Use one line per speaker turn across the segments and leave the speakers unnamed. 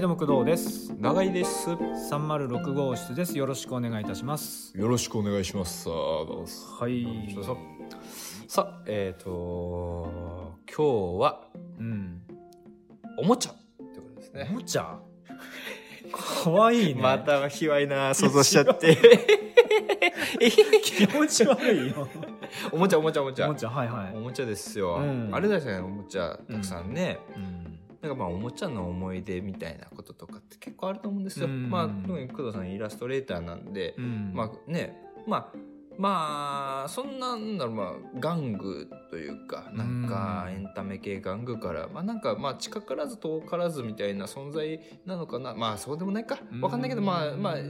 どうも工藤です
長井ですよ
306号室ですよろしくお願いいたします
ろしくお願いしますさあどうぞ
はい
さあえっ、と今日は
うん
おもちゃってことです
お
ね
もちゃかわいいね
また卑猥な想像しちゃって
気持ち悪いよ
おもちゃおもちゃおもちゃ
おもちゃはいはい
おもちゃですよ、
うん
あれだよねおもちゃたくさんね、
うん
なんかまあおもちゃの思い出みたいなこととかって結構あると思うんですよ、
うん
まあ特に工藤さんイラストレーターなんで、
うん
まあねまあまあそんななんだろうまあ玩具というかなんか
うん
エンタメ系玩具からまあなんかまあ近からず遠からずみたいな存在なのかなまあそうでもないか
うん
わかんないけどまあまあい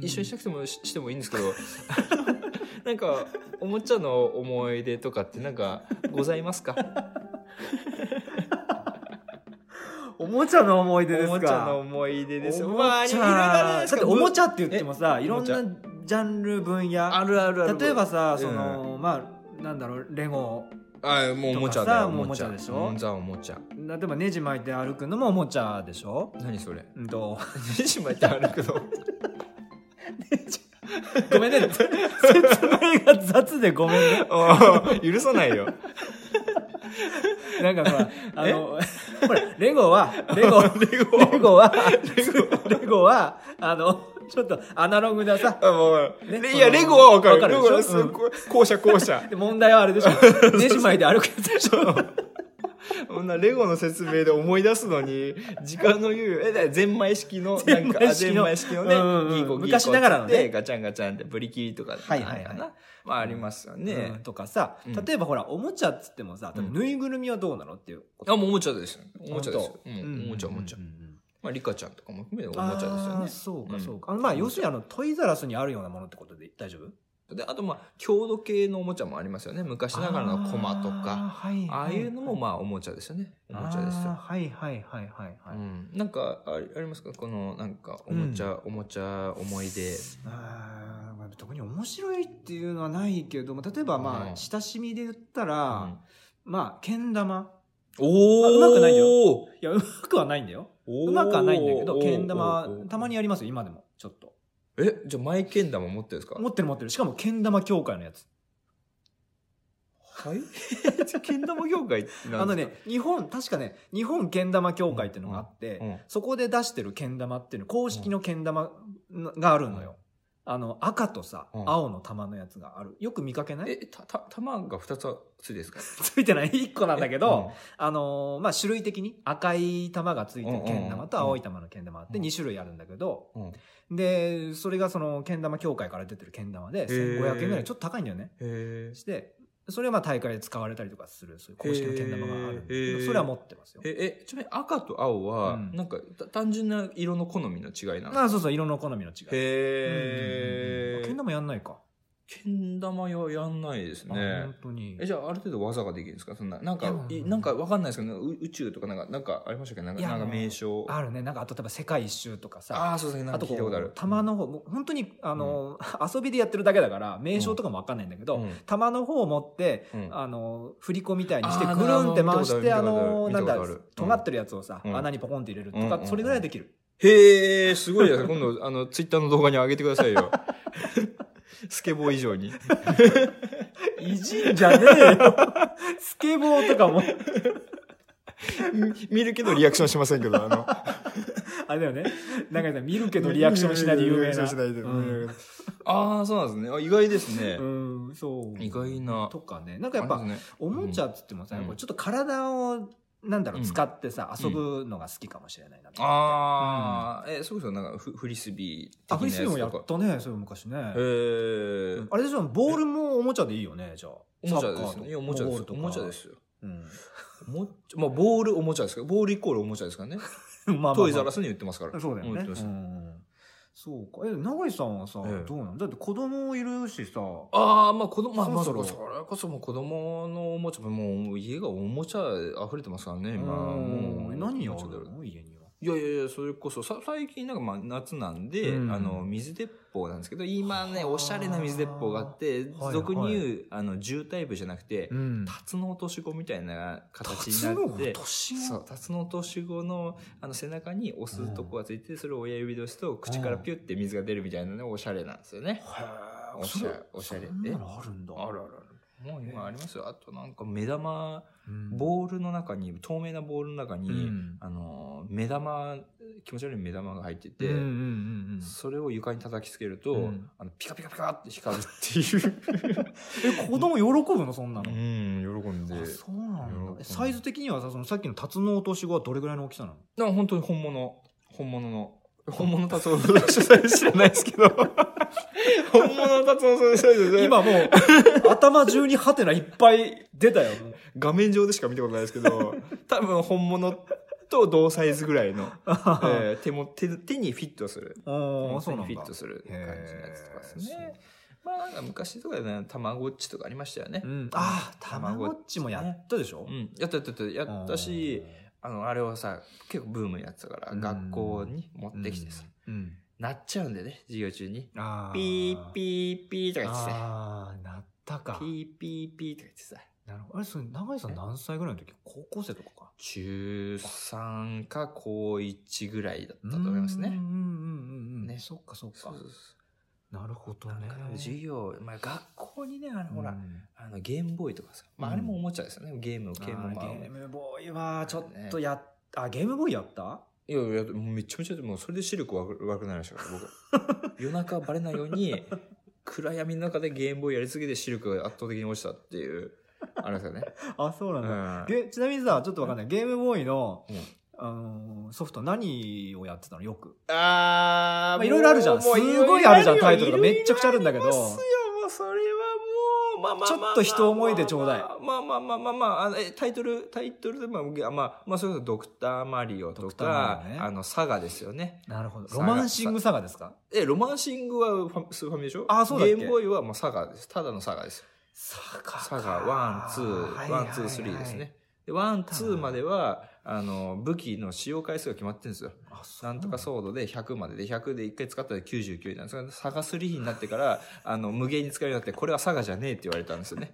一緒にしたくてもししてもいいんですけど なんかおもちゃの思い出とかってなんかございますか
おもちゃの思い 出で
お
す
もちゃの
か
思い出ですよ
おもちゃ
まあいろいろあるじゃないです
だっ
か
ておもちゃって言ってもさいろん
お
なジャンル分野
あるあるある
例えばさ
うん
そのまあなんだろうレゴ
あもうおもちゃ
とか
だ
さ
よ
もうおもちゃでしょ
うんザおもちゃ
例えばネジ巻いて歩くのもおもちゃでしょ
何それ
うんと
ネジ巻いて歩く の
ごめんね。説明が雑でごめんね。
許さないよ
なんかほ ら、あの、ほら、レゴは、レゴ、
レゴ
レゴは、レゴは、あの、ちょっとアナログなさ、
あもう、
ね
レ
この
いやレゴはわかる
わかる
レ
で
ゴは
し
す
ょうん
ごい校舎校 舎
で問題はあれでしょ。ネジ巻いて歩くやつでしょ。
こんなレゴの説明で思い出すのに時間の猶予えだゼンマイ式のなんか
ゼンマイ式
ゼン
の
マイ式のね、
うんうんうん
ギーコギーコ
昔ながらのね
でガチャンガチャンってブリキリとかって
はいはいはい
なんかなまあありますよ
う
ね
ん、とかさ
うん、
例えばほら、おもちゃっつってもさ、多分ぬいぐるみはどうなのっていうこと。
あもうおもちゃですよおもちゃですよ、
本
う
当
ん、おもちゃおもちゃ、
うんうんうん
まあリカちゃんとかも含めてお
あー
もちゃですよね
そうか
ん
そうか。あのまあ、要するにあの、トイザラスにあるようなものってことで大丈夫
であとまあ郷土系のおもちゃもありますよね昔ながらのコマとか
あーはい
ああいうのも
も
まあおもちゃですよねおもちゃですよ、
はいはいはいはいは
う
い。
ん、なんかあありますかこのなんかおもちゃ、おもちゃ思い出
あーまあ特に面白いっていうのはないけども例えばまあ、
うん
親しみで言ったら、まあけん玉
お
あうまくないよ
よ
いやうまくはないんだよう
う
まくはないんだけどけん玉はたまに
や
やりますよ今でもちょっと
えじゃあマイけん玉持ってるんですか
持ってる持ってるしかもけん玉協会のやつ
はい けん玉業界って何ですか
あのね日本確かね日本けん玉協会っていうのがあって、
うん
そこで出してるけん玉っていうの公式のけん玉があるのよ、あの赤とさ、
うん
青の玉のやつがあるよく見かけない
えたた玉が2つついてるんですか
ついて ない1個なんだけど、あのーまあ、種類的に赤い玉がついてるけん玉と青い玉のけん玉あって
うん
2種類あるんだけど、
うんうん
で、それがそのけん玉協会から出てるけん玉で1500円ぐらいちょっと高いんだよね。
へー
して、それはまあ大会で使われたりとかする、そういう公式のけん玉があるんだ
へ
け
ー
ど、それは持ってますよ。
ええちなみに赤と青は、
うん
なんかた単純な色の好みの違いなんですか
あそうそう、色の好みの違い。う
へ
んうんうんあ
え
けん玉やんないか。
けん玉ややんないです
あ
ね
本当に
え。じゃあある程度技ができるんですかそんななんか
いや
いなんかわかんないですけどう宇宙とかなんかなんかありましたっけなんか
いや
なんか
もう
名称
あるね。なんか、あと、例えば世界一周とかさ。
ああそうですねなん
あと
か聞
こ
いたことあ
う
る、
玉の方、もう本当に、あの、遊びでやってるだけだから、名称とかもわかんないんだけ
う
ど、
ん
玉の方を持って、
うん
あの振り子みたいにして
あー
ぐるんって回して
な
あ
るほど
の
見た
な
こ
ん
と
だ
ある見たことあるうん
尖ってるやつをさ、
うん
穴にポコンって入れると
うんうん
か、
うん
それぐらいできる、
へえすごいですね今度あのツイッターの動画に上げてくださ いよスケボー以上に
いじんじゃねえ よスケボーとかも
見るけどリアクションしませんけどあの
あれだよねなんかさ見るけどリアクションしないで有名
リ
な
アクションしないで
うん
ああそうなんですねあ意外ですね、
うんそう
意外な
とかねなんかやっぱ、
あれですね
おもちゃっつってもさ、
うん
やっぱちょっと体をなんだろう、
うん
使ってさ遊ぶのが好きかもしれないなと思って
ああ、えそうですよなんかフフリスビー的な
あフリスビーもや
やつ
っ
とか
たねそれ昔ね
へえ
あれでしょボールもおもちゃでいいよねじゃあ
おもちゃです
サッカーと
ね。いやおもちゃで
ボー
す
ル。と
お
か
もちゃですよ。
うん
おもちゃまあ、ボールおもちゃですからボールイコールおもちゃですからね。
まあまあまあ
トイザラスに売ってますから。
そうだよ
ん売
ね
ってます
うんそうかえ永井さんはさ、
ええ
どうなんだって子供いるしさ
ああ、まあ子供、まあまあ、
そ
そ
ろ
れ
そろ
こそもう子供のおもちゃ、もう家がおもちゃ溢れてますからね、今。
うん
もう。
何や
おもちゃだろ
るの家には
ういやいやいや、それこそ、さ最近なんかまあ夏なんで、
うん
あの、水鉄砲なんですけど、今ね、
はあ
おしゃれな水鉄砲があって、
はい
俗に言う、あの、銃タイプじゃなくて、
うん
タツノオトシゴみたいな形にな
辰の
って、
年
そ
の
う、タツノオトシゴの、あの、背中に押すとこがついて、それを親指で押すと、口からピュって水が出るみたいなのがおしゃれなんですよね。
へー
おしゃれ
それ
おしゃれ
そんなのあるんだ
あるあるある。もう今ありますよ。あとなんか目玉、
うん
ボールの中に、透明なボールの中に、
うん
あの、目玉、気持ち悪い目玉が入ってて、
うんうんうんうん
それを床に叩きつけると、
うん
あのピカピカピカって光るっていう。
え子供喜ぶのそんなの
ん、喜ん
あそうなん
喜
だ
ぶ
えサイズ的にはさそのさっきのタツノオトシゴはどれぐらいの大きさなの
な本当に本物、本物の。本物達夫の主催知らないですけど。 本物達夫の主催です今、
今もう 頭中にハテナいっぱい出たよ
画面上でしか見たことないです けど、多分本物と同サイズぐらいの、 えー手も手手にフィットする。
ああ
手
そう
に
なん
フィッ
だ
トする感じのやつとかです
へー
ね。まあなんか昔とかでね、たまごっちとかありましたよね。
うんああたまごっちもやったでしょ
うん、やったやったやったやったし、あの、あれはさ、結構ブームやってたから、
うん
学校に持ってきてさ、
うん
鳴っちゃうんだよね、授業中に。
あ
ピー
ー
ピーピーとか言ってさ、
ああなったか
ピーピーピーとか言ってさ、
なるほどあれそれ長井さん何歳ぐらいの時高校生とかか
中3か高1ぐらいだったと思います
うんう
ね
ん。うんうんうん
ね
そっかそっ
そ
か
うそう
なるほど
そうなん
ね
か授業、まあ学校にね、あの、ほ
う
ら、
ん
あの、ゲームボーイとかさ、まああれもおもちゃですよね、ゲームを、ゲー
あ
ムも
ー
まあ。
ゲームボーイはちょっとやっあゲームボーイやった
いやいや、もうめちゃめちゃ、もうそれで視力悪くなりましたから、僕。 夜中バレないように、暗闇の中でゲームボーイやりすぎて視力が圧倒的に落ちたっていう、あれですよね。
あそうな
うん
だ
ん。
げちなみにさちょっとわかんないゲームボーイの
うん
あのーソフト何をやってたのよく
あ
まあいろいろあるじゃん
もうもう
すごいあるじゃん
ろろ
タイトルがめっちゃくちゃあるんだけど
いろいろありますよ、もうそれはもう、まあまあまあま
ちょ
あ
っと一思いでちょうだい
まあまあまあまあまあ、あのえタイトル、タイトルでも、まあ、まあ、まあ、それこそドクターマリオ
ド
と
クターマ
か、
リオね
あの、サガですよね。
なるほど
サガ
ロマンシングサガですか
え、ロマンシングはファスーファミでしょ
あそうだっけ
ゲームボーイはもうサガです。ただのサガです。
サガ
サガワン、ツー、ワン、ツー、スリーですね。で、ワン、ツーまでは、あの、武器の使用回数が決まってるんですよ。なんとかソードで100までで、100で1回使ったら99になるんですが、サガ3になってから、 あの、無限に使えるようになって、これはサガじゃねえって言われたんですよね。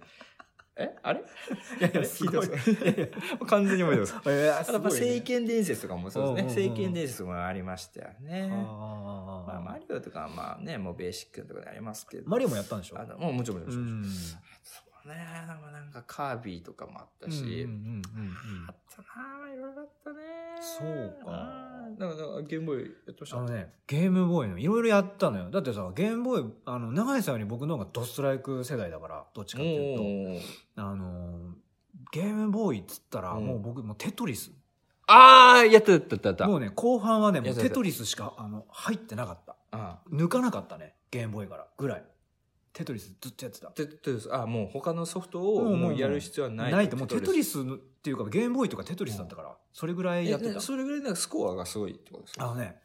えあれ
いやいやすごい
聞いて ます 完全に覚えてます。
えー
あ
す
と、ま
ご
あ、
いね
聖剣伝説とかもそうですね。
うんうんうん
聖剣伝説もありましたよね。
あ
まあ、マ
ー
リオとかはまあね、もうベーシックなところでありますけど。
マリオもやったんでしょ
あの、もうもちろんも
う
ちろんもちろん。
ん
そうね、なんかカービィとかもあったし、
うんうんうんうんうん
あったなぁ、いろいろあったね
そうか
うんなんか、なんかゲームボーイやってました。
あのね、ゲームボーイのいろいろやったのよ。だってさ、ゲームボーイ、あの、長井さんより僕の方がドストライク世代だから、どっち
お
かっていう
ー
と、あのー、ゲームボーイっつったら、
うん
もう僕、もうテトリス。
あー、やったやったやったやった。
もうね、後半はね、も
や
う
った
テ
やった
トリスしか、あの、入ってなかった。
あ
抜かなかったね、ゲームボーイから、ぐらい。テトリスずっとやってた。
テトリス、あ、もう他のソフトを
もう
もうやる必要はない。
ないと、もうテトリ
ス。
スのっていうか、ゲームボーイとかテトリスだったから、それぐらい
え
やって
ね
た。
それぐらいなんかスコアがすごいってことです
あ
か
のね、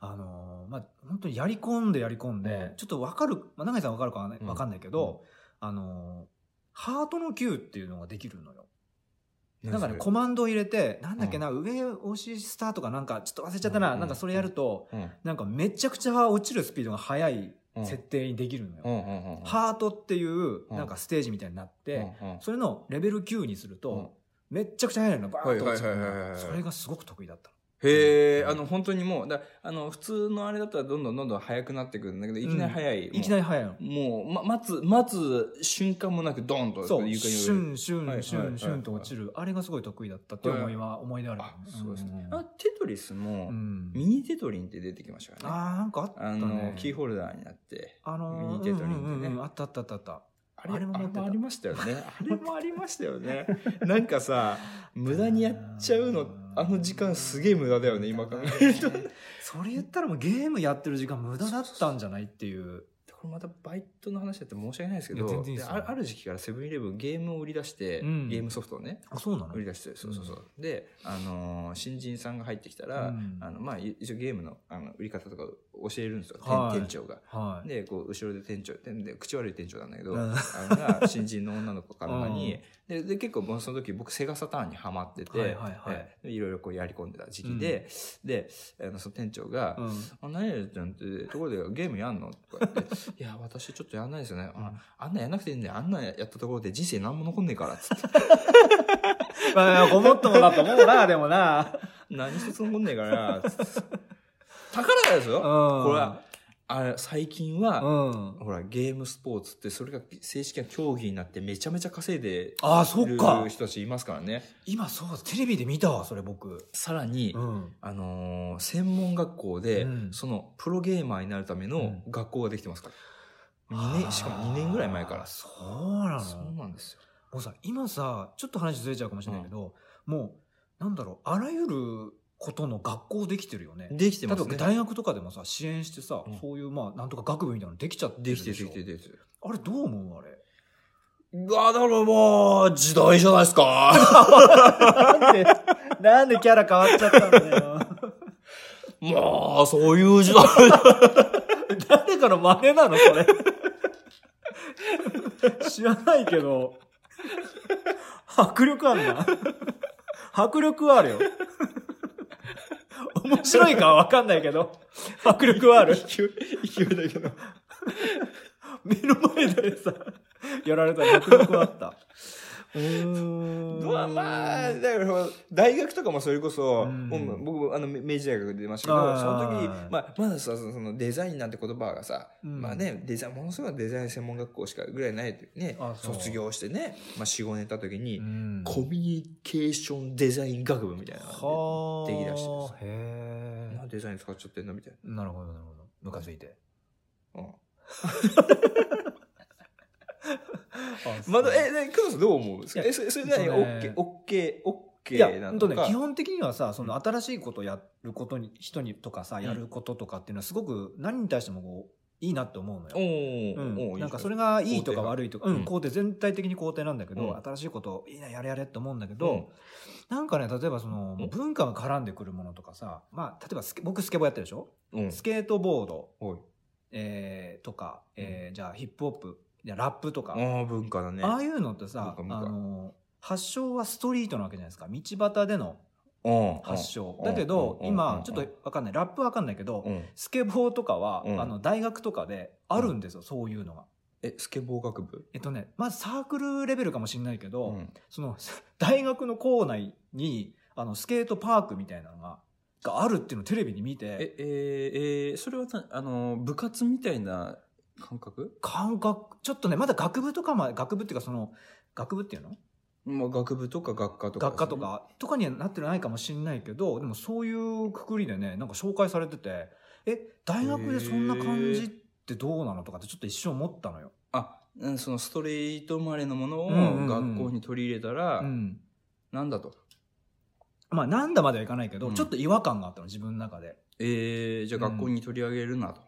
あのーまあ、本当にやり込んでやり込んで、
うん
ちょっとわかる、まあ、永井さんわかるかわかんない
うん
わかんないけど、あのーハートの Q っていうのができるのよ。
な
なんかね、コマンドを入れて、なんだっけな、上押しスターとかなんか、ちょっと忘れちゃったな、
うん
なんかそれやると、
うん。うん
なんかめちゃくちゃ落ちるスピードが速い
うん
設定にできるのよ。
うんうんうん。
ハートっていう、
うん
なんかステージみたいになって、
うんうん
それのレベル9にすると、
うん
めっちゃくちゃ速いのバーッと落ちるの
はいはいはいはい
よ
はい
それがすごく得意だった
へえ、
うん
あの、本当にもう、だあの、普通のあれだったらどんどんどんどん速くなってくるんだけど、いきなり速い。
の。いきなり速いの。
もう、ま、待つ、待つ瞬間もなく、ドンと、
そう、
床に
シ
上に
ュンシュンシ
はい
ュ
はいはいはい
ンシュンと落ちる、あれがすごい得意だったって思いは、思い出ある。
あ、そうですね。
ん
あ、テトリスも
う、ん
ミニテトリンって出てきました
あー、
よね。
なんかあった
あの
ね。、
キーホルダーになって。
あのー、
ミニテトリンってね
うんうんうんあったあったあったあった。
あれ
あれも
あ
持
れ
ってた
もありました よね。あれもありましたよね。なんかさ、無駄にやっちゃうの、あの時間すげえ無駄だよね、今考える
無駄
と。
だね それ言ったらもうゲームやってる時間無駄だったんじゃないっていう。
これまたバイトの話だって申し訳ないですけ
いや
ど、
全然いい
で
ですよ
あある時期からセブンイレブンゲームを売り出して、
うん
ゲームソフトをね、
あ、そうなの
売り出して、そうそうそう。で、あのー新人さんが入ってきたら、
うん
あの、まあ、い一応ゲームのあの売り方とか教えるんですよ、
はい
店店長が。
はい。
で、こう、後ろで店長、でで口悪い店長なんだけど、
うん
あのが新人の女の子からに、でで、結構もうその時僕セガサターンにハマってて、
はいはいはい
でいろいろこうやり込んでた時期で、で、あのその店長が、
うん
あ、何やちゃんって、ところでゲームやんのとか言って、 いや、私ちょっとやんないですよね。ああんなんやんなくていいんだよ。あんなんやったところで人生何も残んねえから、つって。
まあ、ごもっともだと思うな、でもな。
何一つ残んねえから、つって宝だです
う
よ。
ん
これは、あれ、最近は、
うん。
ほら、ゲームスポーツって、それが正式な競技になってめちゃめちゃ稼いで
ああ、そっ
る
か。
人たちいますからね。
今そうだ、テレビで見たわ、それ僕。
さらに、
うん。
あのー専門学校で、
うん
その、プロゲーマーになるための学校ができてますから。二年、しかも2年ぐらい前か
あー
ら。
そうな
そ
の
うなんですよ。
もうさ、今さ、ちょっと話ずれちゃうかもしれないけど、もう、なんだろう、あらゆることの学校できてるよね。
できて
例え
ます
ば
ね。
大学とかでもさ、支援してさ、
うん
そういう、まあ、なんとか学部みたいなのできちゃってる
で
で
き
してょ
る、できてる、できてる。
あれどう思うあれ。
うわ、だからもう、時代じゃないですか。
なんで、なんでキャラ変わっちゃったんだよ。
もう、そういう時代。
誰かの真似なのそれ。知らないけど。迫力あるな。迫力はあるよ。面白いかはわかんないけど、迫力はある。
勢い勢いだけど。
目の前でさ、やられたら迫力はあった。 うーん
まあまあ、だから、大学とかもそれこそ、
うん
もう僕、あの、明明治大学で出ましたけど、
あー
その時、まあ、まださ、そのそのデザインなんて言葉がさ、
うん
まあね、デザイン、ものすごいデザイン専門学校しかぐらいない、ね
あ、そう
卒業してね、まあ、4、5年経った時に、
うん
コミュニケーションデザイン学部みたいなの
は
できだしてるんで
へ
すで、な
え
ん。でデザイン使っちゃってんのみたい
なるほど、なるほど。ムカついて。
な。うん
そう
まだ、え、ね、工藤さんどう思うんですか
いや
え、それ、それ何
えっと
オ
ね
ッケー、オッケー、オッケ
いや、
ーな
ほ
の
んと
か
ね、基本的にはさ、その
う
新しいことやることに、人にとかさ、
ん
やることとかっていうのはすごく何に対してもこう、いいなって思うのよ。
おー
う
おー
ん、なんかそれ
が、
がいいとか
肯定派
悪いとか、う
うん
ん、肯定全体的に肯定なんだけど、
うん
新しいこといいな、やれやれって思うんだけ
ど
ど、なんかね、例えばその
うん、
文化が絡んでくるものとかさ、まあ、例えばスケ僕スケボーやってるでしょ
ううん。
スケートボード、
おい。
えーとか、えーじゃあヒップホップ、いやラップとか、
ああ、文化だね。
ああいうのってさ、あ
文化文化
の、発祥はストリートなわけじゃないですか。道端での
うん
発祥
うん
だけど
うん
今
う
ち
ん
ょっとわかんないラップわかんないけ
う
ど
ん
スケボーとかは
うん
あの大学とかであるんですよそういうのが。
え、スケボー学部
えっとねまずサークルレベルかもしれないけ
う
ど
ん
その大学の校内にあのスケートパークみたいなのががあるっていうのをテレビに見て
え、えーえーそれはなあの部活みたいな感覚、
感覚ちょっとねまだ学部とかまで学部っていうかその学部っていうの
まあ、学部とか学科とか。
学科と。かとかにはなってないかもしれないけどでもそういうくくりでねなんか紹介されててえ大学でそんな感じってどうなのとかってちょっと一瞬思ったのよ。
あうんそのストリート生まれのものを
うんうんうん
学校に取り入れたら、
うん
なんだと
まあなんだまではいかないけど、
うん
ちょっと違和感があったの自分の中で。
えー、じゃあ学校に取り上げるなと。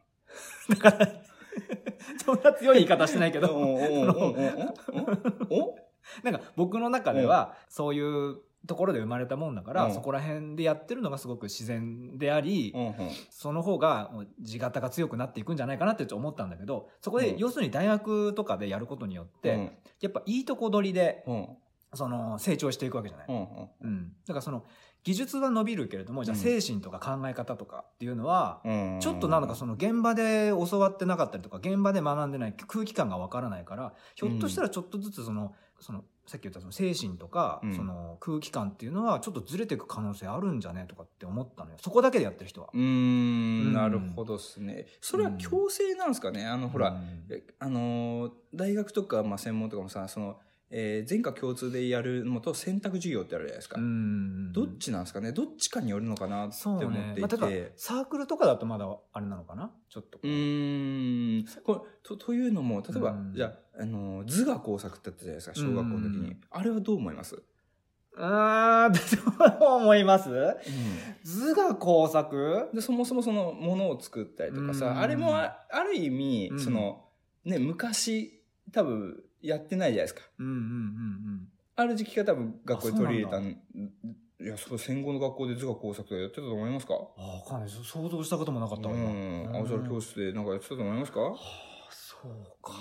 そんな強い言い方してないけ
お
ど
おおおおお
なんか僕の中ではそういうところで生まれたもんだから、
うん
そこら辺でやってるのがすごく自然であり、
おうんうん
その方がもう地形が強くなっていくんじゃないかなってちょっと思ったんだけどそこ
う
で
ん
要するに大学とかでやることによって、
うん
やっぱいいとこ取りで
うん
その成長していくわけじゃない。
う
うん
んうん
だからその技術は伸びるけれどもじゃあ
うん
精神とか考え方とかっていうのは、
うん
ちょっとなんかその現場で教わってなかったりとか現場で学んでない空気感がわからないからひょっとしたらちょっとずつその,、そのさっき言ったその精神とか、
うん
その空気感っていうのはちょっとずれていく可能性あるんじゃねとかって思ったのよそこだけでやってる人は。
うーんなるほどですね。それは強制なんですかねあのほら、
うん
えあのー大学とか、まあ、専門とかもさその、えー全科共通でやるのと選択授業ってあるじゃないですか、
うん
どっちなんですかねどっちかによるのかなって
そう
思っ
ね
て、い
ま
て、
あ、例えばサークルとかだとまだあれなのかなちょっとこ
うーんこれとというのも例えば、
うん
じゃあ、あのー図画工作ってあったじゃないですか小学校の時に、
うん
あれはどう思います、
あー どう思います図画工作
でそもそもそのものを作ったりとかさ、
うん
あれもあある意味、
うん
そのね昔多分やってないじゃないですか
うんうんうんうん
ある時期が多分学校に取り入れた
いや、そう、戦後の学校で図画工作とかやってたと思いますか
あわかんないです想像したこともなかったわ
う
今
ん。
うん
青空教室でなんかやってたと思いますか
はあそうか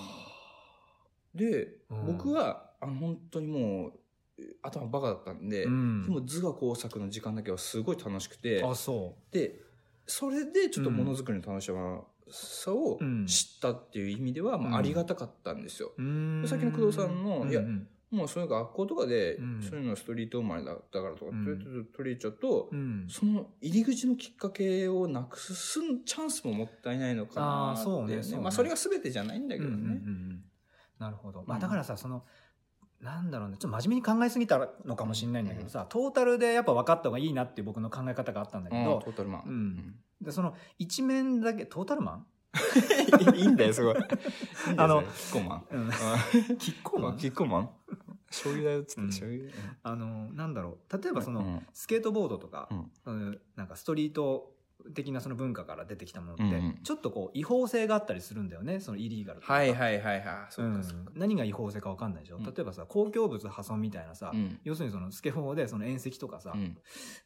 で、
うん
僕は、あの、本当にもう、え頭バカだったんで、
うん
でも図画工作の時間だけはすごい楽しくて、
あそ
で、それでちょっとものづくりの楽しさを
うん
知ったっていう意味では、ま
うん
あ、ありがたかったんですよ。
ううーん
さっきの工藤さんのいや
うんうん
もうそういう学校とかで、
うん
そういうのストリート生まれだだからとか、
うん
とりあえず取り入れちゃうと、
うん
その入り口のきっかけをなくすチャンスももったいないのかな
あ
っ
ー
て、
そうねそうね
まあそれが全てじゃないんだけどね。
うんうんうんうんなるほど、まあ、
うん
だからさそのなんだろうねちょっと真面目に考えすぎたのかもしれないんだけどさ、トータルでやっぱ分かった方がいいなっていう僕の考え方があったんだけ
うん
ど
ト、ータルマン。
うん
うん
でその一面だけトータルマン、
いいんだ よ、すごい。あ
あの
の、キッコーマン。
うん
キッ
コーマン
キッコーマン醤油だよっつ
うん
油だよ
あのなんだろう例えばその、
うん
スケートボードとか、
うん
うんなんかストリート的なその文化から出てきたものって、
うんうん
ちょっとこう違法性があったりするんだよねそのイリーガルとか
はいはいはいはい。
う
そっか
ん
そっか。
何が違法性か分かんないでしょ、
うん
例えばさ公共物破損みたいなさ、
うん
要するにそのスケボーでその縁石とかさ、
うん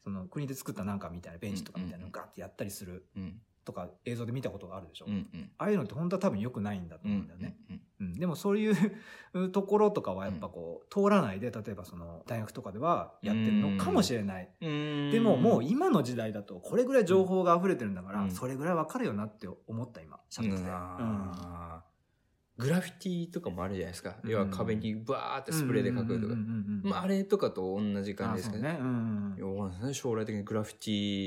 その国で作ったなんかみたいなベンチとかみたいなのガッてやったりする
うん
とか映像で見たことがあるでしょ、
うんうん
ああいうのって本当は多分良くないんだと
う
思うんんだよね、
う
う
ん
んでもそういうところとかはやっぱこう通らないで例えばその大学とかではやってるのかもしれない、
うん
でももう今の時代だとこれぐらい情報が溢れてるんだから、
うん
それぐらい分かるよなって思った今シャ
う
ツ
ん
で、うん
あーグラフィティとかもあるじゃないですか。
うん
要は壁にバーってスプレーで書くとか
うんう。んうんうん
まあ、あれとかと同じ感じですか
あそう
ね。
ね、うんうんうん
要はね将来的にグラフィテ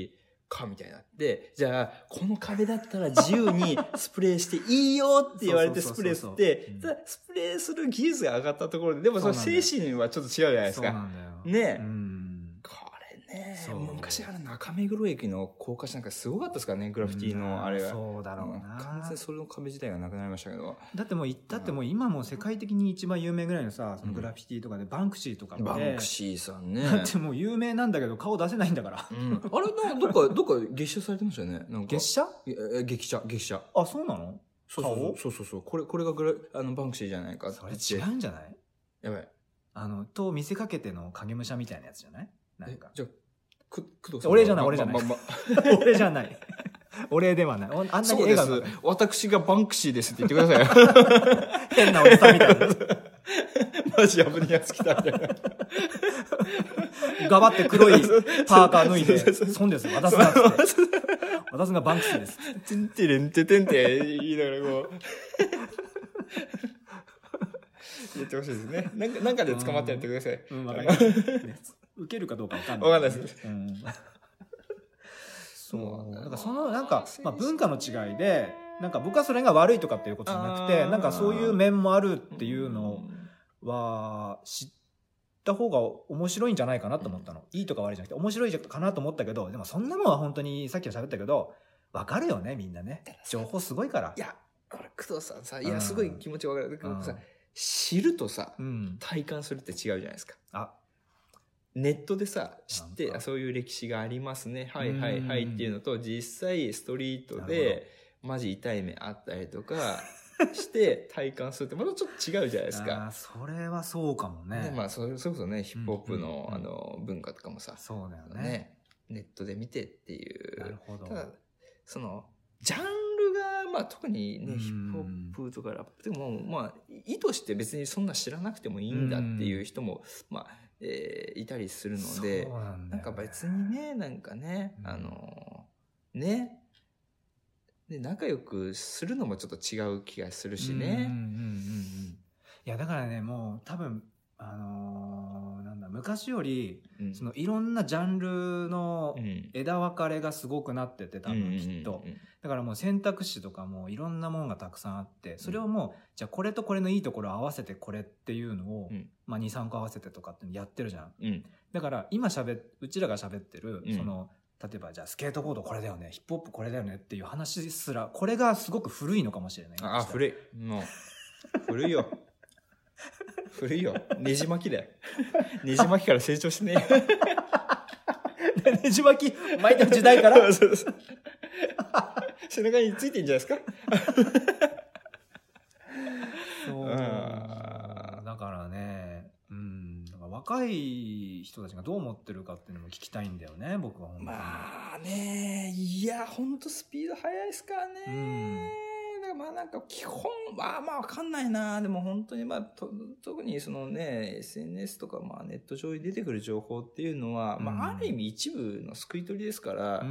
ィかみたいになって、じゃあ、この壁だったら自由にスプレーしていいよって言われて
そう
ス
そ
プ
うそ
レ
う
ー
そう
して
うん、
ただスプレーする技術が上がったところで、でもその
そうなんだよ
精神はちょっと違うじゃないです
そう
か。
なんだよ
ね
うん
これね
そ、う
もう昔あの中目黒駅の高架下なんかすごかったですからね、グラフィティのあれが。
そうだろう
うん
な
完全にそれの壁自体がなくなりましたけど。
だってもういだってもう今もう世界的に一番有名ぐらいのさそのグラフィティとかでバンクシーとかって
バンクシーさ んね。
だってもう有名なんだけど顔出せないんだから
うんあれなんかどっか、どっか月謝されてましたよね。なんか。
月謝
ええ激写、激写。
あそうなの
そうそう
顔
そうそうそうそうこれこれがグラあのバンクシーじゃないかって
それ違うんじゃない
やばい
あのと見せかけての影武者みたいなやつじゃないなん
え
か
じゃあく工藤
俺じゃない
ま
俺じゃない
まま
俺じゃない俺ではないおあんなに
そう
絵
で
が
す私がバンクシーですって言ってください
変なおじさんみたいな
マジ危ねえやつ来たみたいな
ガバって黒いパーカー脱いで
そうそうそ
「
う
損です私だ」っつって「私がバンクシーです」
てんてれんててんて言いながらこう言ってほしいですねなんかなんかで捕まってやってください
うん、わかります。ね受けるかどうかわかんない。。
わかんないです
うん、
そう
そう。な
だなん
かその、なんか、まあ、文化の違いで、なんか僕はそれが悪いとかっていうことじゃなくて、
あー
なんかそういう面もあるっていうのは、知った方が面白いんじゃないかなと思ったの。いいとか悪いじゃなくて、面白いかなと思ったけど、でもそんなもんは本当にさっきも喋ったけど、わかるよね、みんなね。情報すごいから。
いや俺工藤さんさいうや
ん
すごい気持ちわかる
う
工
ん
藤さん知るとさ
うん。
体感するって違うじゃないですか
あ、
ネットでさ知っ
なん
て
か
あそういう歴史がありますねは
う
い
ん
はいはいっていうのと実際ストリート
なる
でマジ痛い目あったりと かして体感するってまたちょっと違うじゃないです
あ
か。
ーそれはそうかもね。
ねまあそれそれこそねヒップホップの,、
うんうんうん
あの文化とかもさ、
そうだよね。
ね、ネットで見てってい
なる
う
ほど。
ただそのジャンルが、まあ、特にね、
うん
ヒップホップとかラップでも、まあ、意図して別にそんな知らなくてもいいんだっていう人も、まあえーいたりするので。
そうなんだ
なん
よ
か別にね、なんかね
う、ん
あのーね、で、仲良くするのもちょっと違う気がするし
うんうん
ね。
うんうんうんいやだからねもう多分あのーなんだ昔より
うん
そのいろんなジャンルの
うん
枝分かれがすごくなってて多
うん
分きっと、
うんうん
だからもう選択肢とかもいろんなものがたくさんあってそれをもう、じゃあこれとこれのいいところを合わせてこれっていうのを、
うん
まあ、23個合わせてとかってやってるじゃん
うん
だから今しゃべうちらが喋ってる、
うん
その例えばじゃあスケートボードこれだよねヒップホップこれだよねっていう話すらこれがすごく古いのかもしれない
ああ、古い。もう、古いよ。 古いよ。ねじ巻き だよ。ねじ巻きから成長してねえ よ。
ねじ巻き巻いてる時代から
そうそう背中についてんじゃないですか
そう
うん
だからねうんだから若いい人たちがどう思ってるかっていうのも聞きたいんだよね、僕は本当に。
まあね、いや、ほんとスピード速いですからね。だからまあなんか基本はまあわかんないな。でも本当にまあと特にそのね、SNS とかまあネット上に出てくる情報っていうのは、
うん
まあある意味一部の救い取りですから、
うん
う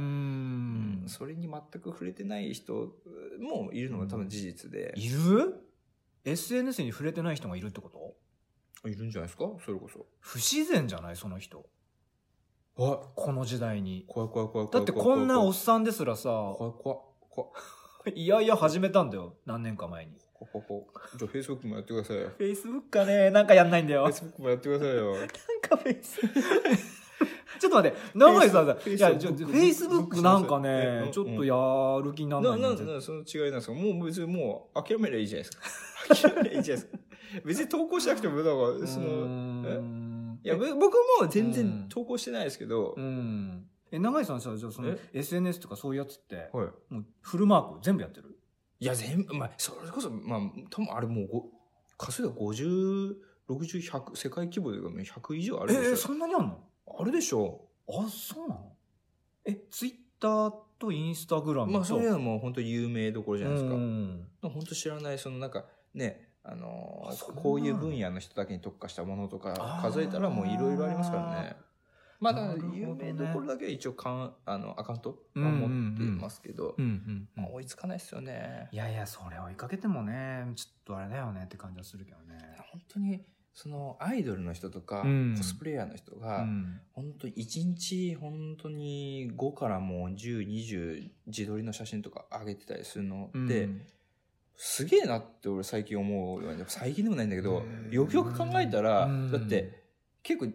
んそれに全く触れてない人もいるのが多分事実で。
いる ?SNS に触れてない人がいるってこと
いるんじゃないですかそれこそ。
不自然じゃないその人。
怖い
この時代に。
怖い怖い怖い怖い
だってこんなおっ
っ
さんですらさ、
怖い怖い怖い
いやいや始めたんだよ。何年か前に。
怖い怖い怖いじゃあ Facebook もやってくださ いよ
Facebook かね、なんかやんないんだよ。なん
Facebook もやってくださいよ
か Facebook。ちょっと待って、長井さんさ、
Facebook
いや、ちょ Facebook なんか
う
ね
ん、
ちょっとやる気にな
なん
ないんだ
な
よ
んなんその違いなんですかもう別にもう諦めりゃいいじゃないですか諦めりゃいいじゃないですか 別に投稿しなくてもだからそのえ
の
いやぶ僕も全然投稿してないですけど、
うん。え、長井さんさ、じゃあその
え
SNS とかそういうやつって、
はい
もうフルマーク全部やってる
いや、全部、まあ、それこそ、まあ、多分あれもうご、数えたら50、60、100、世界規模で言うと100以上あ
え
るで
ー
しょ。
そんなにあんの
あるでしょ。
あ、そうなのえ、ツイッターとインスタグラムと。
まあ、そういうのも本当有名どころじゃないですか。
うん
本当知らない、そのなんか、ね、あのー
あそうなの
こういう分野の人だけに特化したものとか
あー
数えたらもういろいろありますからね。まあだから
なるほどね
有名どころだけは一応かん、あの、アカウントは持ってますけど、
うんうんうん
まあ追いつかないですよね。
いやいや、それ追いかけてもね、ちょっとあれだよねって感じはするけどね。
本当に、そのアイドルの人とか、
うん
コスプレイヤーの人
う
が、
ん
本当一日本当に5からもう1020自撮りの写真とか上げてたりするので、
うん
すげえなって俺最近思うよね最近でもないんだけ
う
ど
ん
よくよく考えたら、
うん
だって結構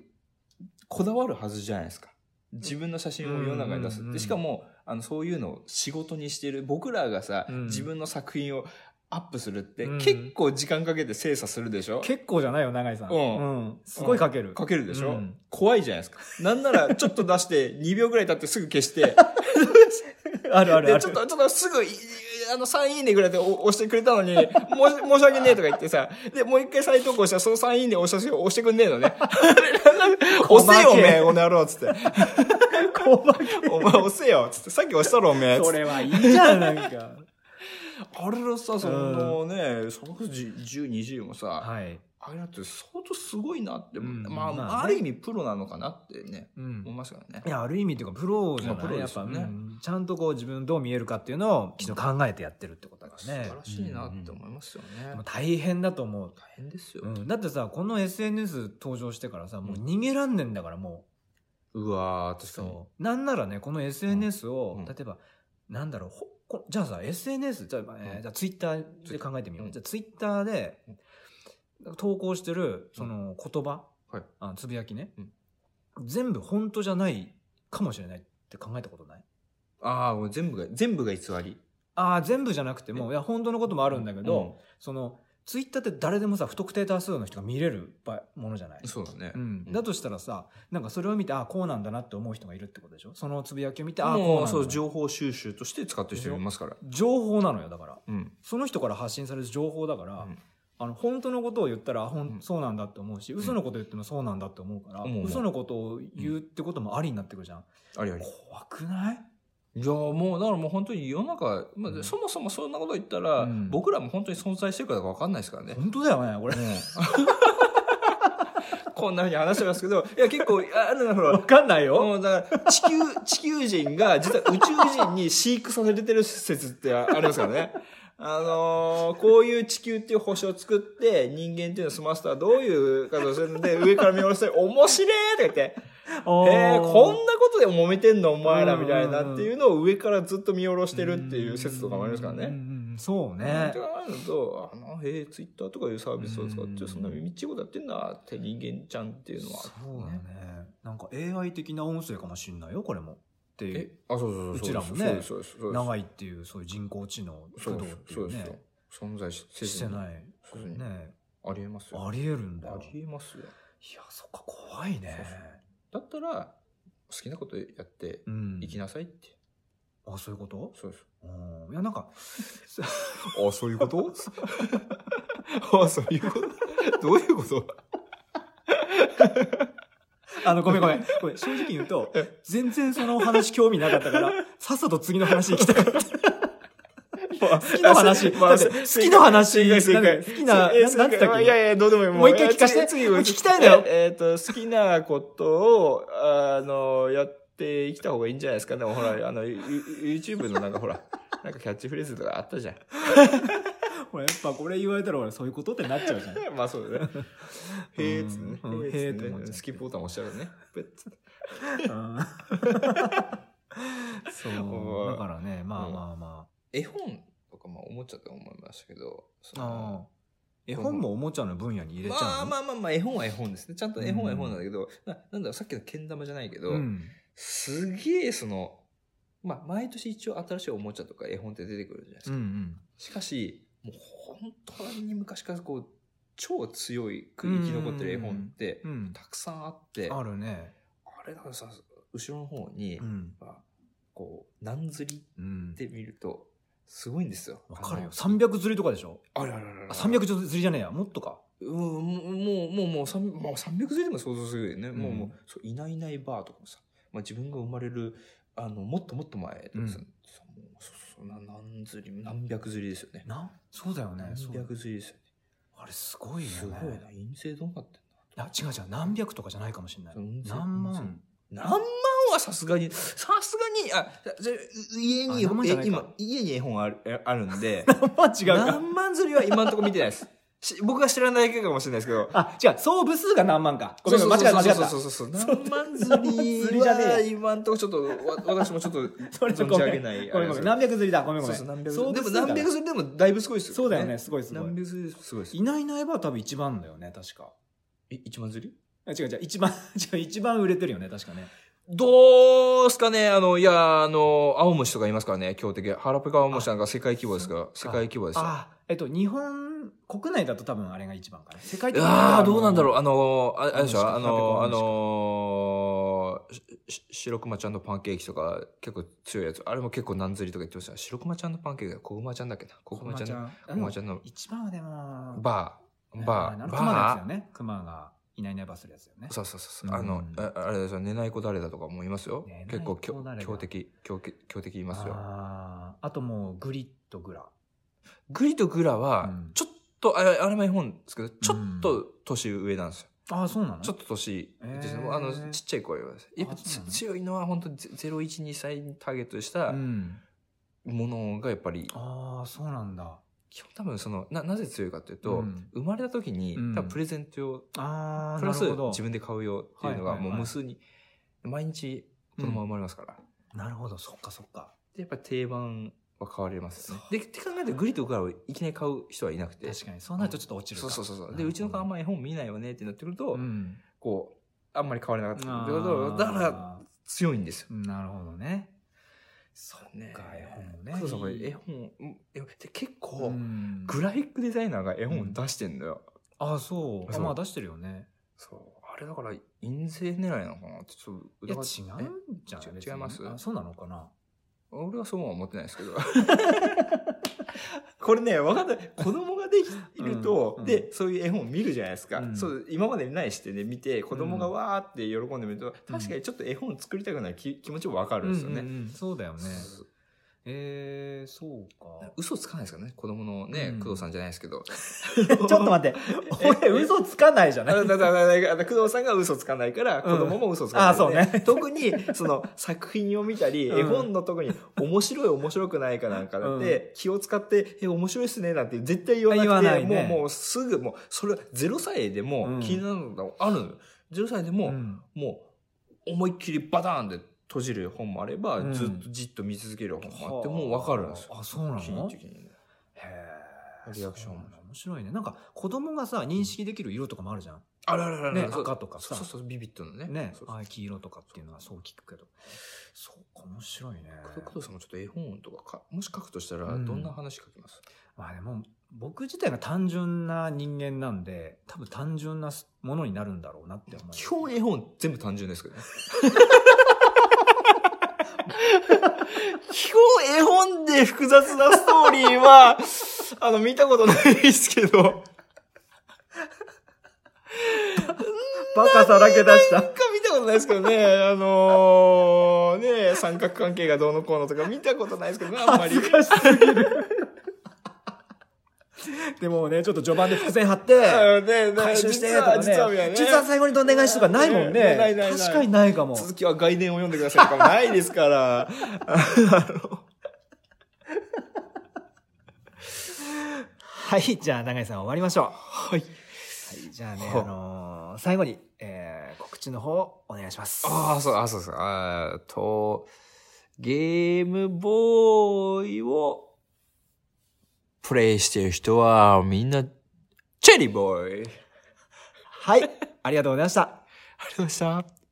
こだわるはずじゃないですか自分の写真を世の中に出すって、
うん
しかもあのそういうのを仕事にしてる僕らがさ、
うん
自分の作品をアップするって
うん
結構時間かけて精査するでしょ、
結構じゃないよ、長井さん。
うん
んすごいかける。
かけるでし
う
ょ、
ん
怖いじゃないですか。なんなら、ちょっと出して、2秒ぐらい経ってすぐ消して、
あるあるあ
で、
る。
ちょっと、ちょっとすぐ、いいあの、3いいねぐらいでお押してくれたのに、申し 申し訳ねえとか言ってさ、で、もう一回再投稿したら、その3いいね押した瞬間押してくんねえ のね。押せよ、おめえ、この野郎、つって。
細 かい
お前押せよ、つって。さっき押したろ、おめえ、つ
そ
って。
れはいいじゃん、なんか。
あれのさ、そのね、その10、20もさ、
はい。
あれだって相当すごいなって、
うんま
ま
あ
あ、
ね
ある意味プロなのかなってね、
うん
思いますからね
い。や、ある意味っていうか、プロじゃな
ま
い
あプロ
や
で
っ
す
ぱ、
よ
う
ね
んちゃんとこう自分どう見えるかっていうのを、きちんと考えてやってるってことだか
素
らね。
晴らしいなって
うん
思いますよね。
でも大変だと思う。
大変ですよ。
うん、だってさ、この SNS 登場してからさ、もう逃げらんねんだから、もう。
うわー、確かに。
そう。なんならね、この SNS を、
うん
例えば、なんだろう、ほこじゃあさ、SNS、じゃあ、えー
うん
じゃあツイッターで考えてみよう。
うん
じゃあツイッターで、投稿してる、その言葉、
はい
あつぶやきね、
うん
全部本当じゃないかもしれないって考えたことない
ああ、もう全部が、全部が偽り。
ああ、全部じゃなくても、いや、本当のこともあるんだけど、
うん
その、ツイッターって誰でもさ、不特定多数の人が見れるばものじゃない
そうだね
う。ん
うん
だとしたらさ、なんかそれを見て、ああ、こうなんだなって思う人がいるってことでしょそのつぶやきを見て、ああ、こうなん
も
だ
う、
な
そう、情報収集として使ってる人もいますから。
情報なのよだから
うん。
その人から発信される情報だから、
うん
あの本当のことを言ったらあほん、
うん
そうなんだって思うし嘘のこと言ってもそうなんだって思うから、
思う思う
嘘のことを言うってこともありになってくるじゃん、
ありあり。
怖くない
いや、もう、だからもう本当に世の中、ま
うん
あ、そもそもそんなこと言ったら、
うん
僕らも本当に存在してるかどうかわかんないですからね。
本当だよねこ れ
こんなふうに話してますけ ど、いや、結構、ああるのほら
分、かんないよ、
もうだから、地球、 地球人が実は宇宙人に飼育されてる説ってありますから ね。あのーこういう地球っていう星を作って、人間っていうのを済ますとはどういう活動をしてるので、上から見下ろして、面白えって言って、
おー
えー、こんなことで揉めてんのお前らみたいな
うん
っていうのを上からずっと見下ろしてるっていう説とかもありますから
うん
ね。
うんうんそう
っ
ね
て考えると、あの、へえ、ツイッターとかいうサービスを使って、そんなみっちいことやってんだって人間ちゃんっていうのは。
そうだねなんか AI 的な音声かもしんないよこれもっていう
え、あ、そうそうそう。
うちらもね
そうです、そうです。そうです
長いっていうそういう人工知能
そ
駆
う
動
で
っ
す
てい
そううです
ね
よ。存在しせず
し
に
てない
せずに
ね
ありえますよ。
ありえるんだよ
ありえます
い
よ。
や、そっか、怖いね。
だったら、好きなことやって、
うん
生きなさいって。
あ、そういうこと
そうです。
うん。いや、なんか、
あ、そういうこと あ、そういうことどういうこと
あの、ごめんご めん。ごめん正直言うと、全然その話興味なかったから、さっさと次の話行きたかった。 好きな話。
まあ
だって好きな話。
正解正解
なんか好きな、
え
ななんて言ったっけ
いやいや、どうでもいい。
もう一回聞かせて
次
もう聞きたいんだよ
ええっと、好きなことを、あの、やってきた方がいいんじゃないですかね。ほら、あの、ゆゆ YouTube のなんかほら、 なんかキャッチフレーズとかあったじゃ ん。
ほらやっぱこれ言われたら俺そういうことってなっちゃうじゃん。
まあそうだね。 へえっつってね。
うんうん
へーっつ
へーって思
っ
っ
てね。
ちゃう
スキップボタン押しちゃうね。ペッつって
そうう。だからね、まあまあま
絵本とかまあ思っちゃった思いましたけど、そ
あ。あ
の
あ絵本もおもちゃの分野に入れち
ま
ゃ
あ
うの
まあまあまあ、絵本は絵本ですね。ちゃんと絵本は絵本
うん
なんだけど、ななんだろう、さっきのけん玉じゃないけど、
うん。
すげえその、まあ、毎年一応新しいおもちゃとか絵本って出てくるじゃないです
う
か。
ん
しかし、もう本当に昔からこう、超強い、生き残ってる絵本って
うん。うん。
たくさんあって、
あるね。
あれだからさ、後ろの方に、
うん。
まあこう、何釣り
うん
っ。て見ると、すごいんですよ。
わかるよ。
あ
300釣りとかでしょ
の。あるあるあるある。
あ、300釣りじゃねえや。もっとか。
うん、もう、もう、もう、もう、300、もう300ゼリーも想像するよね。もう、
うん
もう、そう、いないいないバーとかもさ、まあ自分が生まれる、あの、もっともっと前とか
う
さ、さもう、そ、そんな何釣り、何百釣りですよね。
なそうだよね。
何
そう
百釣りですよね。
あれすごいよね。
すごいな、陰性どうなってん
な違う違う。何百とかじゃないかもしれない。
そううん
何万。
だ何万はさすがに、さすがに、あ、じゃじゃ家に、
あ何万じゃない
え
か
今、家に絵本ある、えあるんで、
まあ 違うか。
何万釣りは今んとこ見てないです。し僕が知らないだけかもしれないですけど、
あ、違う。総部数が何万か。ごめんごめん、間違えた間違えた
そう。そうそうそうそうそう。何万釣り
じゃね
は
え
今んとこちょっとわ私もちょっと
それ
存
ご
じ
め
上
ん
げない。
ごめんごめん。
あ
何百釣りだ。ごめ
れ
んご
そ
め。
うそうんそう何
総
百
部
で
数
も
が
何百釣りでもだいぶすごいですよ。
そうだよね。。すごいすご
何
い。
百釣りすごいです。
いないいないばは多分1万だよね、確か。
え一万釣り？
あ違う違う。一番、 違う、一番売れてるよね、確かね。
どうすかねあのいやあの青虫とかいますからね強敵。ハラペカ青虫なんか世界規模ですから世界規模ですよ。
あ、えっと、日本、国内だと多分あれが一番かな。世界
い
的には
やーどうなんだろうあのああれでしょあ
青虫か
のあ
ハラペカ
のしし白熊ちゃんのパンケーキとか結構強いやつあれも結構何釣りとか言ってました白熊ちゃんのパンケーキだ小熊ちゃんだっけな小熊ちゃんの
ゃ
小熊ちゃんの
一番はでも、
バーバ
あの
ー
熊のやつだ
バ
よね。熊がいないいないばするやつだよね
ー。そうそうそうそう
うん
あのああれですよ寝ない子誰だとかもいますよ
寝ない子
結構強
誰だ
強敵強敵強敵いますよ
あーあともう、グリッドグラ。
グリとグラは
うん
ちょっとあれあれも絵本ですけどちょっと年上なんですよ
ああ、そうなの
ちょっと年、
えー
あのちっちゃい子は言われます。やっぱ
あそうなの
強いのは本当ゼロ一二歳にターゲットした
うん。
ものがやっぱり、
ああ、そうなんだ。
基本多分そのななぜ強いかというと、
うん
生まれた時に、
うん
多分プレゼント用
ああ、
プ
なる
ラス
ほど。
自分で買う用っていうのが
はいはい
も
は
う
い
無数に毎日子供は生まれますから、
なるほど、そっかそっか。
でやっぱ定番は変わりますよね。
そ
でって考えてグリとグラをいきなり買う人はいなくて。
確かに、そうなるとちょっと落ちる
そ
か。
うそうそうそう。で、うちの子あんまり絵本見ないよねってなってくると、
うん。
こう、あんまり変わらなかったってこと
あー
だから、強いんですよ。
なるほどね。そっ
ね
か、絵本もね。
そうそう、
いい
絵本、うんえで結
う
構、
ん
グラフィックデザイナーが絵本出してんだよ。
あ、そう。
そ
あ
う
まあ出してるよね。
そう。あれだから、印税狙いなのかなってちょっと
いや、
疑
違う
っ
ん
て
じゃ
ち
ん。別
違
に
います
あそうなのかな。
俺はそうは思ってないですけど。 これね、分かんない。子供ができると、
うんうん
で、そういう絵本を見るじゃないですか。
うん
そう、今までにない視点で見て、子供がわーって喜んでみると、
うん
確かにちょっと絵本作りたくなる気気持ちも分か
あ
るんですよね。
そうだよね。
そう
えー、そうか。
嘘つかないですかね子供のね、
うん
工藤さんじゃないですけ ど。
ち ょっと待って。俺、嘘つかないじゃない
あだだだだだ工藤さんが嘘つかないから、子
うん
供も嘘つかない、
あそうね。
特に、その、作品を見たり、
うん
絵本の特に、面白い、面白くないかなんかだって、気を使って、え、面白いっすね、なんて絶対言わなくて、
言わないね
もう、もう、すぐ、もう、それ、0歳で
う
も
ん、
気になるのがあるのよ。0歳でも、
うん
もう、思いっきりバターンで閉じる本もあれば、
うん
ずっとじっと見続ける本もあって、もうわかるんですよ。
あ、そうなの
日にち日にち
へー
リアクションも
そうなんだ面白いね。なんか、子供がさ、認識できる色とかもあるじゃん。
あらららら、
ね、
そう
赤とか
そ
さ
う、そうそう、ビビットのね。
ね
そう、そう
あ黄色とかっていうのはそう聞くけど。そうか、面白いね。
工藤さんもちょっと絵本とかかもし書くとしたらど
うん
んな話書きます、
まあでも、僕自体が単純な人間なんで、多分単純なものになるんだろうなって思 います
基本絵本全部単純ですけどね基本絵本で複雑なストーリ ーはあの見たことないですけどなんか
バカさらけ出した。
見た
ことないですけどね、あのー、ね、三角関係がどうのこうのとか見たことないです けどね、あんまり。
恥ずかしすぎる。でもね、ちょっと序盤で伏線張 って、
あねね
回収して
実
とか
は
ね。
実はみたいなね
実は最後にどんでん返しとかないもん
ねね
ね。
ないないない
確かにないかも。
続きは外伝を読んでくださいとかもないですから。
はい、じゃあ永井さん終わりましょう。
はい。
はい、じゃあね、
ほ
あ
う
のー最後に、えー告知の方をお願いします。
ああ、そう、あそうです。あーっと、ゲームボーイをプレイしてる人はみんなチェリーボーイ。ありがとう
はい、ありがとうございました。
ございました。